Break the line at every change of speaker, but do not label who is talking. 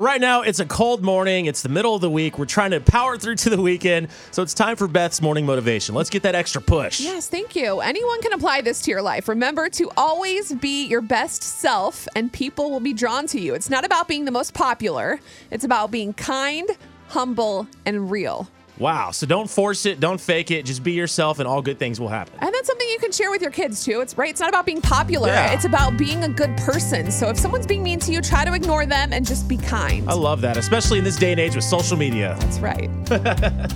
Right now, it's a cold morning. It's the middle of the week. We're trying to power through to the weekend. So it's time for Beth's morning motivation. Let's get that extra push.
Yes, thank you. Anyone can apply this to your life. Remember to always be your best self, and people will be drawn to you. It's not about being the most popular, it's about being kind, humble, and real.
Wow. So don't force it. Don't fake it. Just be yourself, and all good things will happen.
And that's something you can share with your kids too. It's right. It's not about being popular.
Yeah.
It's about being a good person. So if someone's being mean to you, try to ignore them and just be kind.
I love that, especially in this day and age with social media.
That's right.